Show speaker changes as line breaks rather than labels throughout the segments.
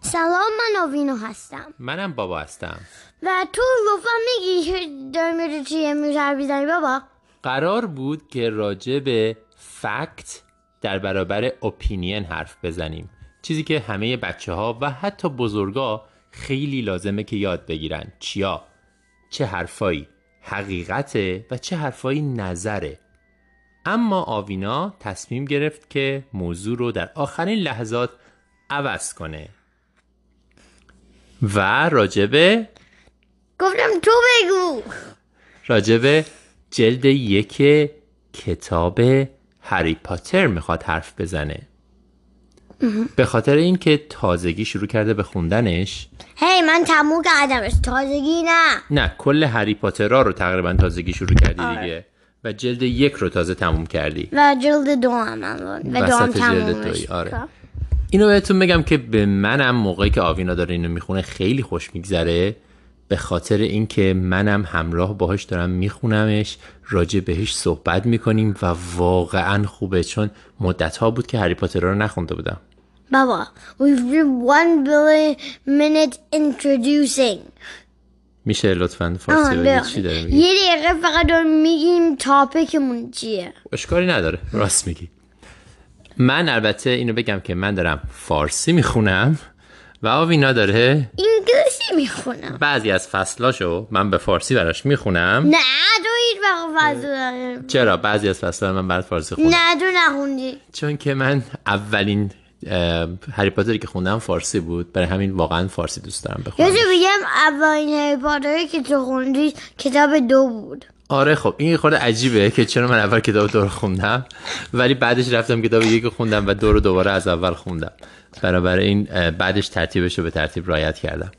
سلام من آوینو هستم
منم بابا هستم
و تو لطفا میگی که داری میری چیه میزنی بابا
قرار بود که راجع به فکت در برابر اپینین حرف بزنیم چیزی که همه بچه ها و حتی بزرگا خیلی لازمه که یاد بگیرن چیا چه حرفایی حقیقته و چه حرفایی نظره اما آوینا تصمیم گرفت که موضوع رو در آخرین لحظات عوض کنه و راجبه
گفتم تو بگو
راجبه جلد یک کتاب هری پاتر میخواد حرف بزنه به خاطر اینکه تازگی شروع کرده به خوندنش
هی من تموم کردمش تازگی نه
نه کل هری پاترا رو تقریبا تازگی شروع کردی دیگه و جلد یک رو تازه تموم کردی
و جلد دو هم من و دو هم
وسط جلد
تمومش خب.
دوی آره اینو بهتون بگم که به منم موقعی که آوینا داره اینو میخونه خیلی خوش میگذره به خاطر اینکه منم همراه باهاش دارم میخونمش راجع بهش صحبت میکنیم و واقعا خوبه چون مدت ها بود که هری پاتر رو نخونده بودم
بابا we've been one billion minutes introducing
میشه لطفا
آها،
فارسی بگی
ببخشید.
چی داره میگی
یه دقیقه فقط داریم میگیم تاپیکمون چیه
اشکالی نداره راست میگی من البته اینو بگم که من دارم فارسی میخونم و آوینا داره
انگلیسی میخونم
بعضی از فصلاشو من به فارسی براش میخونم
نه تو هیچ وقت فضل
آره.
نداری.
چرا بعضی از فصلها رو من برات فارسی خوندم
نه تو نخوندی
چون که من اولین اه، هری پاتری که خوندم فارسی بود برای همین واقعا فارسی دوست دارم بخونم
یادی بگم اولین هری پاتری که تو خوندی کتاب دو بود
آره خب این یه خورده عجیبه که چرا من اول کتاب دو رو خوندم ولی بعدش رفتم کتاب یک رو خوندم و دو رو دوباره از اول خوندم برابر این اه، بعدش ترتیبش رو به ترتیب رایت کردم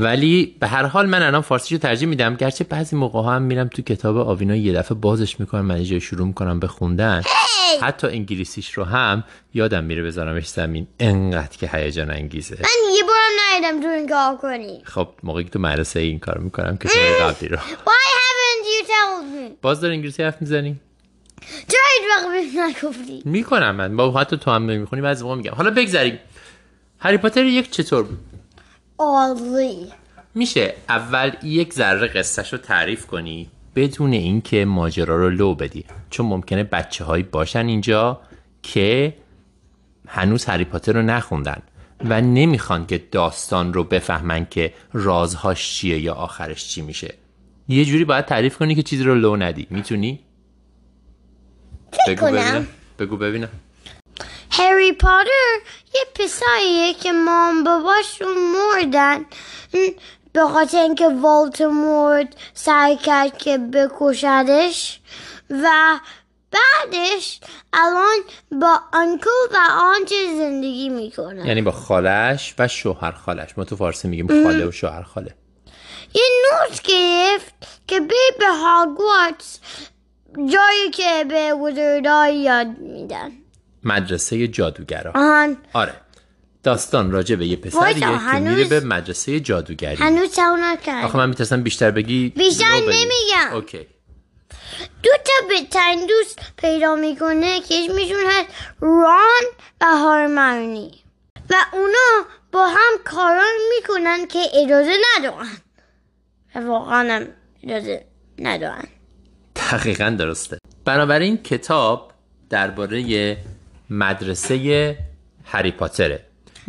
ولی به هر حال من الان فارسی رو ترجیح میدم گرچه بعضی موقع هم میرم تو کتاب آوینا یه دفعه بازش میکنم من اینجا شروع میکنم به خوندن حتی انگلیسیش رو هم یادم میره بذارمش زمین انقدر که هیجان انگیزه
من یه بارم ندیدم تو این کار کنی
خب موقعی که تو مدرسه این کار میکنم کتاب قبلی رو
Why haven't you told me
باز داری انگلیسی حرف میزنی؟
چرا هیچ وقت بهم نگفتی
میکنم من با حتی تو هم نمیخونی بعضی موقع میگم حالا بگذریم هری پاتر یک چطور بود
عالی
میشه اول یک ذره قصهش رو تعریف کنی بدون اینکه ماجرا رو لو بدی چون ممکنه بچه هایی باشن اینجا که هنوز هری پاتر رو نخوندن و نمیخوان که داستان رو بفهمن که رازهاش چیه یا آخرش چی میشه یه جوری باید تعریف کنی که چیزی رو لو ندی میتونی؟ بگو
کنم.
ببینم بگو ببینم
هری پاتر یه پسریه که مام باباشون مردن م، به خاطر اینکه والتر مرد سعی کرد که بکشدش و بعدش الان با انکل و آنچه زندگی میکنه
یعنی با خالش و شوهر خالش ما تو فارسی میگیم خاله و شوهر خاله
یه نوت گرفت که بی به هاگوارتس جایی که به وزردای یاد میدن
مدرسه جادوگرا
آن
آره داستان راجع به یه پسریه
وایسا،
که
هنوز-
میره به مدرسه جادوگری
هنوز تاون نکرد
آخه من میترسم بیشتر بگی
بیشتر
لو بدی.
نمیگم.
اوکی
دو تا بهترین دوست پیدا میکنه که اسمشون هست ران و هارمونی و اونا با هم کاران میکنن که اجازه ندارن و واقعا هم اجازه ندارن
دقیقا درسته بنابراین کتاب درباره مدرسه هری پاتره
و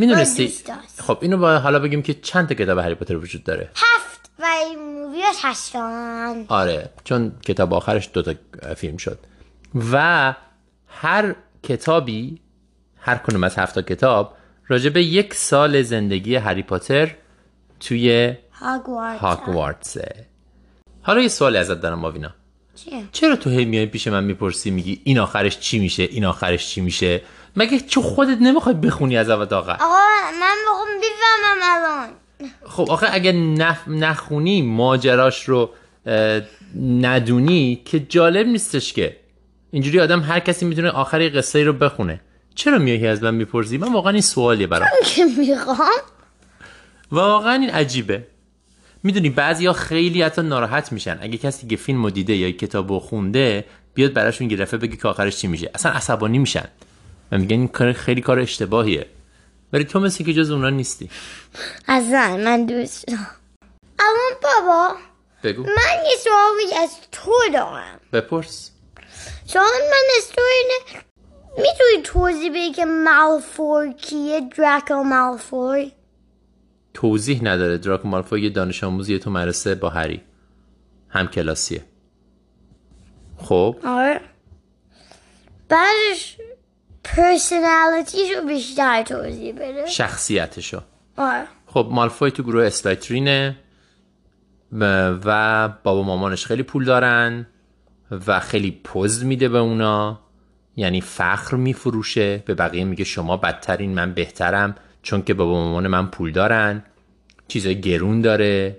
میدونستی
دوست داشت.
خب اینو با حالا بگیم که چند تا کتاب هری پاتر وجود داره
هفت و این موویاش هستن
آره چون کتاب آخرش دو تا فیلم شد و هر کتابی هر کنوم از هفت تا کتاب راجع به یک سال زندگی هری پاتر توی
هاگوارتس
هاگوارتسه حالا یه سوالی ازت دارم ماوینا
چیه؟
چرا تو هی میای پیش من میپرسی میگی این آخرش چی میشه این آخرش چی میشه مگه چون خودت نمیخوای بخونی از اول تا آخر
آقا من بخوام بفهمم الان
خب آخه اگه نف... نخونی ماجراش رو اه، ندونی که جالب نیستش که اینجوری آدم هر کسی میتونه آخر یه قصه رو بخونه چرا میای از من میپرسی من واقعا این سوالیه برام
که میخوام
واقعا این عجیبه میدونی بعضیا خیلی حتی ناراحت میشن اگه کسی که فیلم رو دیده یا کتاب رو خونده بیاد براشون گرفه بگه که آخرش چی میشه اصلا عصبانی میشن و میگن این کار خیلی کار اشتباهیه ولی تو مثل که جز اونا نیستی
اصلا من دوست دارم اما بابا
بگو
من یه سوالی از تو دارم
بپرس
سوال من از تو اینه میتونی توضیح بدی که مالفور کیه دراکو مالفور
توضیح نداره دراکو مالفوی یه دانش آموزی تو مدرسه با هری هم کلاسیه خب
آره بعدش پرسنالیتیش رو بیشتر توضیح بده
شخصیتشو
آره
خب مالفوی تو گروه اسلایترینه و- و بابا مامانش خیلی پول دارن و خیلی پز میده به اونا یعنی فخر میفروشه به بقیه میگه شما بدترین من بهترم چون که بابا مامان من پول دارن چیزای گرون داره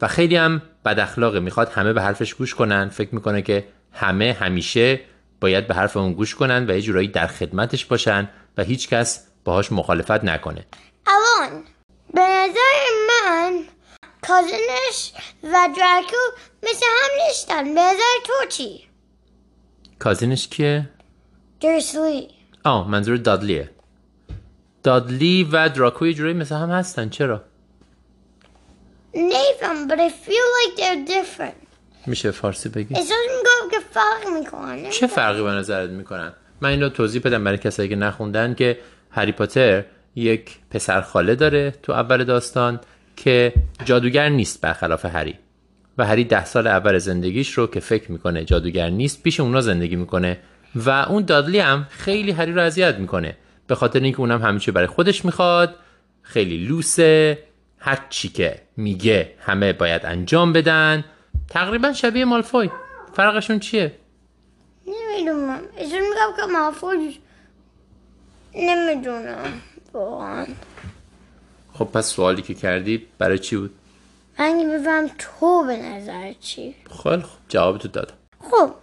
و خیلی هم بد اخلاقه میخواد همه به حرفش گوش کنن فکر میکنه که همه همیشه باید به حرف اون گوش کنن و یه جورایی در خدمتش باشن و هیچکس باهاش مخالفت نکنه
الان به نظر من کازنش و دراکو مثل هم نیستن به نظر تو چی؟
کازینش کیه؟
درسلی
آه منظور دادلیه دادلی و دراکو یه جورایی مثل هم هستن چرا؟
نیفم but I feel like they're different
میشه فارسی بگی؟
احساس میکنم که فرق میکنه
چه فرقی به نظرت میکنن؟ من اینو توضیح بدم برای کسایی که نخوندن که هری پاتر یک پسر خاله داره تو اول داستان که جادوگر نیست برخلاف هری و هری ده سال اول زندگیش رو که فکر میکنه جادوگر نیست پیش اونا زندگی میکنه و اون دادلی هم خیلی هری رو اذیت میکنه به خاطر اینکه اونم همیشه برای خودش میخواد خیلی لوسه هر چی که میگه همه باید انجام بدن تقریبا شبیه مالفوی فرقشون چیه
نمیدونم احساس میکنم که محفوظ نمیدونم واقعا
خب پس سوالی که کردی برای چی بود؟
من بفهم تو به نظر چی
خیلی خب جواب تو دادم
خب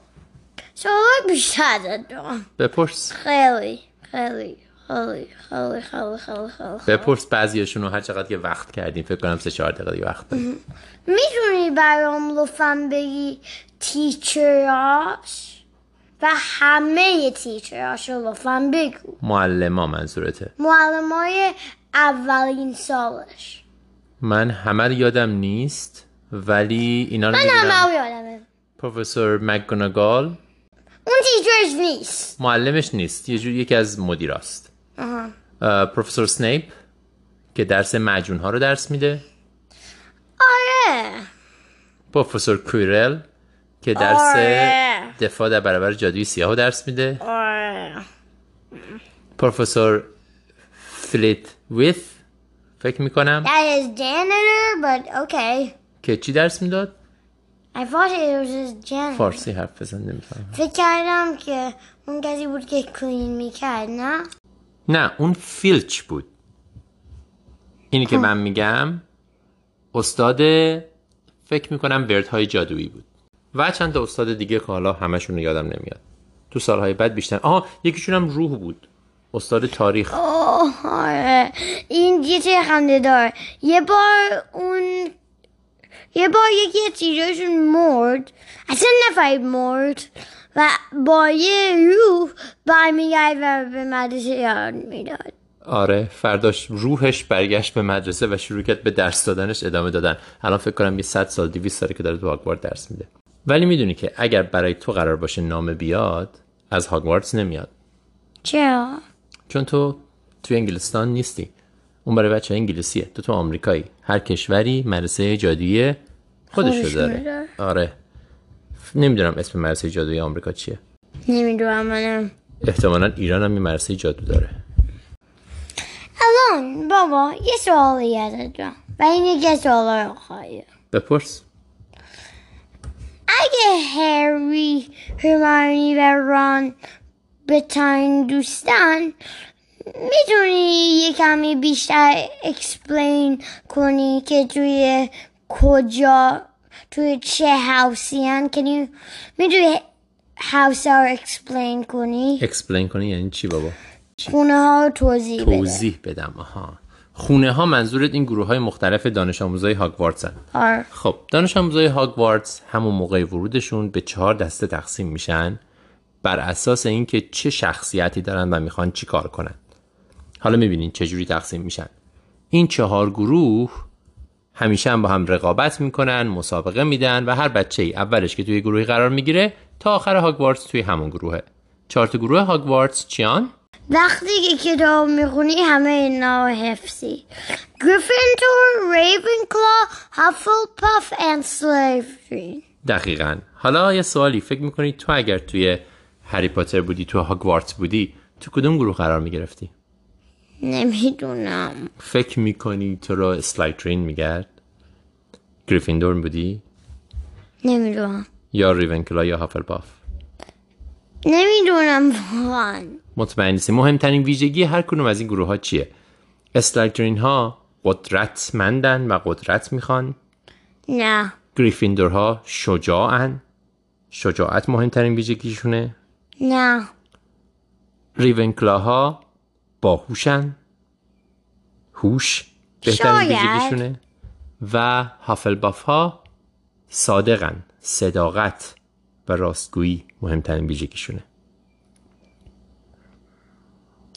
سوال بیشتر ازت دارم
بپرس
خیلی خیلی خیلی خیلی خیلی خیلی خیلی
بپرس بعضیشون رو هر چقدر که وقت کردیم فکر کنم سه چهار دقیقه دیگه وقت داریم.
میتونی برام لطفا بگی تیچراش و همه تیچراش رو لطفا بگو
معلما منظورته
معلمای اولین سالش
من همه رو یادم نیست ولی اینا رو
من
میدونم
همه رو یادمه
پروفسور مکگوناگال
اون تیچرش نیست
معلمش نیست یه جور یکی از مدیراست
آها.
اه، پروفسور سنیپ که درس مجون ها رو درس میده
آره
پروفسور کویرل که درس
آره.
دفاع در برابر جادوی سیاه رو درس میده
آره
پروفسور فلیت ویث فکر میکنم
That is janitor, but okay.
که چی درس میداد
I thought it was his janitor.
فارسی حرف بزن نمیفهمم
فکر کردم که اون کسی بود که کلین میکرد نه؟
نه اون فیلچ بود اینی که من میگم استاد فکر میکنم ورد های جادویی بود و چند تا استاد دیگه که حالا همشون رو یادم نمیاد تو سالهای بعد بیشتر آها یکیشون هم روح بود استاد تاریخ
اوه آره این یه چه خنده دار یه بار اون یه بار یکی از چیزاشون مرد اصلا نفهمید مرد و با یه روح برمیگرد و به مدرسه یاد میداد
آره فرداش روحش برگشت به مدرسه و شروع کرد به درس دادنش ادامه دادن الان فکر کنم یه 100 سال 200 ساله که داره تو هاگوارد درس میده ولی میدونی که اگر برای تو قرار باشه نامه بیاد از هاگواردز نمیاد
چرا؟
چون تو توی انگلستان نیستی اون برای بچه انگلیسیه تو تو آمریکایی هر کشوری مدرسه جادویی خودشو
خودشونو
داره
داره.
آره نمیدونم اسم مدرسه جادویی آمریکا چیه
نمیدونم منم
احتمالا ایران هم یه مدرسه جادو داره
الان بابا یه سوالی ازت دارم و این یکی از سوالا رو خواهی
بپرس
اگه هری هرمانی و ران بتاین دوستن میتونی یه کمی بیشتر اکسپلین کنی که توی کجا توی چه هاوسی هن Can you- میتونی هاوس ها رو اکسپلین کنی
اکسپلین کنی یعنی چی بابا
خونه ها رو توضیح بده
توضیح بدم آها خونه ها منظورت این گروه های مختلف دانش آموزای هاگواردزن
آره.
خب دانش آموزای هاگواردز همون موقع ورودشون به چهار دسته تقسیم میشن بر اساس اینکه چه شخصیتی دارن و میخوان چی کار کنن حالا میبینین چجوری تقسیم میشن این چهار گروه همیشه هم با هم رقابت میکنن مسابقه میدن و هر بچه ای اولش که توی گروهی قرار میگیره تا آخر هاگوارتس توی همون گروهه چهار تا گروه هاگوارتس چیان؟
وقتی که کتاب میخونی همه اینا رو حفظی گریفندور، ریونکلا، هفلپاف and سلیفرین
دقیقا حالا یه سوالی فکر میکنی تو اگر توی هری پاتر بودی تو هاگوارتس بودی تو کدوم گروه قرار میگرفتی؟
نمیدونم
فکر میکنی تو رو سلایترین میگرد؟ گریفیندور بودی؟
نمیدونم
یا ریونکلا یا هافلپاف؟
نمیدونم واقعا
مطمئن نیستی مهمترین ویژگی هر کدوم از این گروه ها چیه؟ اسلایترین ها قدرتمندن و قدرت میخوان
نه
گریفیندورها شجاعن شجاعت مهمترین ویژگیشونه
نه
ریونکلاها باهوشن هوش بهترین
شاید.
ویژگیشونه و هافلباف ها صادقن صداقت و راستگویی مهمترین ویژگیشونه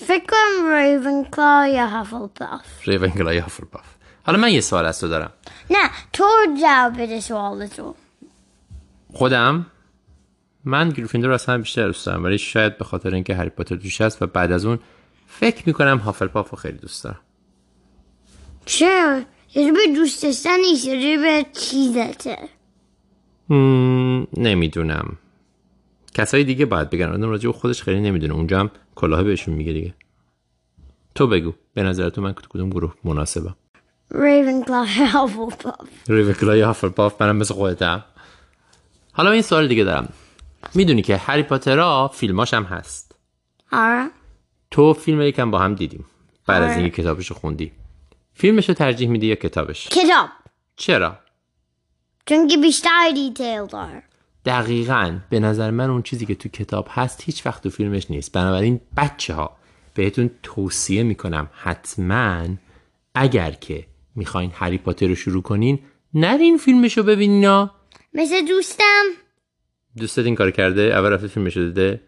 فکر کنم ریونکلا یا هفلپاف
ریونکلا یا هافلباف حالا من یه سوال از تو دارم
نه تو جواب بده سوال تو
خودم من گریفیندور رو اصلا بیشتر دوست دارم ولی شاید به خاطر اینکه هری پاتر توش هست و بعد از اون فکر میکنم هافلپاف رو خیلی دوست دارم
چرا؟ یه به دوست داشتن نیست یه به چیزته
مم، نمیدونم کسای دیگه باید بگن آدم راجع به خودش خیلی نمیدونه اونجا هم کلاه بهشون میگه دیگه تو بگو به نظر تو من تو کدوم گروه مناسبم
ریونکلا یا هفلپاف
ریوکلا یا هافلپاف منم مثل خودتم حالا این سوال دیگه دارم میدونی که هری پاترها فیلماش هم هست
آره
تو فیلم رو یکم با هم دیدیم بعد از اینکه کتابش رو خوندی فیلمش رو ترجیح میدی یا کتابش
کتاب
چرا
چون که بیشتر دیتیل داره
دقیقا به نظر من اون چیزی که تو کتاب هست هیچ وقت تو فیلمش نیست بنابراین بچه ها بهتون توصیه میکنم حتما اگر که میخواین هری پاتر رو شروع کنین نرین فیلمش رو ببینین ها.
مثل دوستم
دوستت این کار کرده اول رفته فیلمش رو دیده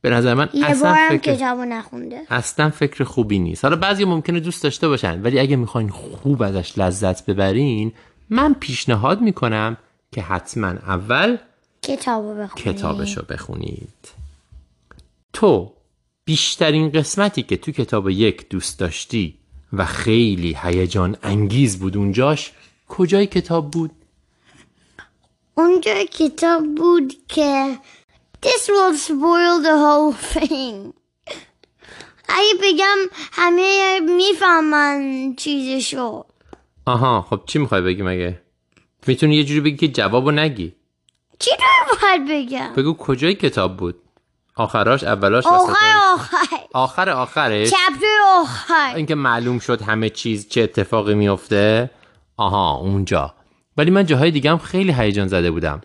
به نظر من
یه
اصلا
بارم
فکر
کتابو نخونده
اصلا فکر خوبی نیست حالا بعضی ممکنه دوست داشته باشن ولی اگه میخواین خوب ازش لذت ببرین من پیشنهاد میکنم که حتما اول
کتابو بخونی
کتابش رو بخونید تو بیشترین قسمتی که تو کتاب یک دوست داشتی و خیلی هیجان انگیز بود اونجاش کجای کتاب بود؟
اونجا کتاب بود که This will spoil the whole thing اگه بگم همه میفهمن چیزشو
آها خب چی میخوای بگی مگه؟ میتونی یه جوری بگی که جوابو نگی
چی رو باید بگم
بگو کجای کتاب بود آخراش اولاش
آخر
وسطاش؟
آخر
آخر آخرش
چپتر آخر
اینکه معلوم شد همه چیز چه اتفاقی میفته آها اونجا ولی من جاهای دیگه هم خیلی هیجان زده بودم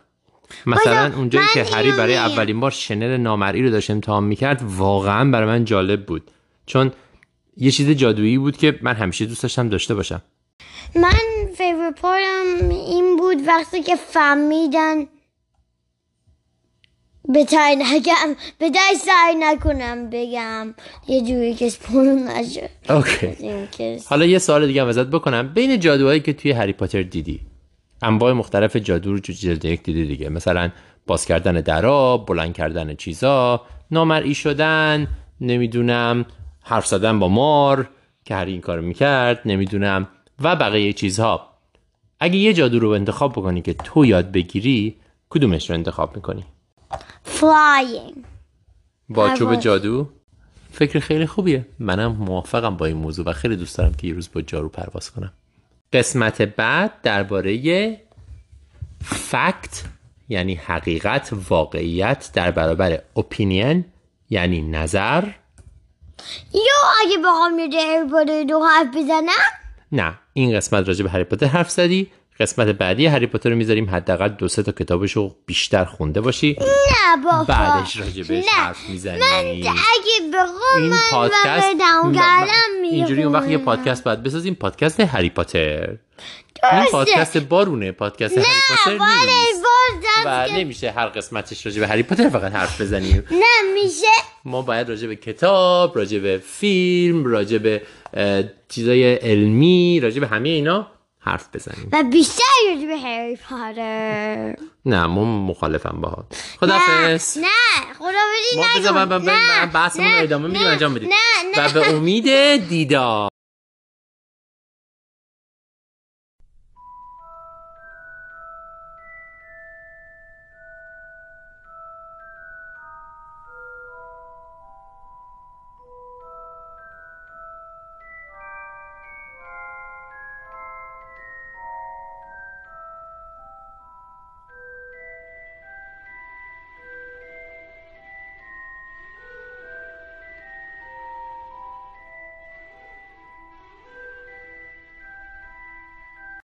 مثلا
بازم
اونجایی
من
که هری
اینو
برای
میگم.
اولین بار شنل نامرئی رو داشت امتحان میکرد واقعا برای من جالب بود چون یه چیز جادویی بود که من همیشه دوست داشتم داشته باشم
من فیور پارم این بود وقتی که فهمیدن به تای نگم به تای سعی نکنم بگم یه جوری که سپول نشه
اوکی
این که
حالا یه سوال دیگه هم ازت بکنم بین جادوهایی که توی هری پاتر دیدی انواع مختلف جادو رو تو جلد یک دیدی دیگه مثلا باز کردن درا بلند کردن چیزا نامرئی شدن نمیدونم حرف زدن با مار که هری این کارو میکرد نمیدونم و بقیه چیزها اگه یه جادو رو انتخاب بکنی که تو یاد بگیری کدومش رو انتخاب میکنی
فلاینگ
واچوب
هوا.
جادو فکر خیلی خوبیه منم موافقم با این موضوع و خیلی دوست دارم که یه روز با جارو پرواز کنم قسمت بعد درباره فکت یعنی حقیقت واقعیت در برابر اپینین یعنی نظر
یا اگه بخوام یه هری پاتر دو حرف بزنم
نه این قسمت راجع به هری پاتر حرف زدی قسمت بعدی هری پاتر رو میذاریم حداقل دو سه تا کتابشو بیشتر خونده باشی
نه بابا
بعدش راجع بهش
نه.
حرف میزنی
اگه بخوام
این
من
پادکست
پادکست داون
م-
کردم
اینجوری اون وقت یه
میخونم.
پادکست باید بسازیم پادکست هری پاتر این
درسته.
پادکست بارونه پادکست هری پاتر
باید
نیست
باز
و
از که-
نمیشه هر قسمتش راجع به هری پاتر فقط حرف بزنیم
نه میشه
ما باید راجع به کتاب راجع به فیلم راجع به اه، چیزای علمی راجع به همه اینا حرف بزنیم
و بیشتر راجع به هری پاتر
نه ما مخالفم باهات
نه
خدافظ
نه خدا
ما
نکن
بذار من من- من-
نه،
من بحثمون
نه،
رو ادامه میدیم
نه،
انجام بدیم
نه نه
و به امید دیدار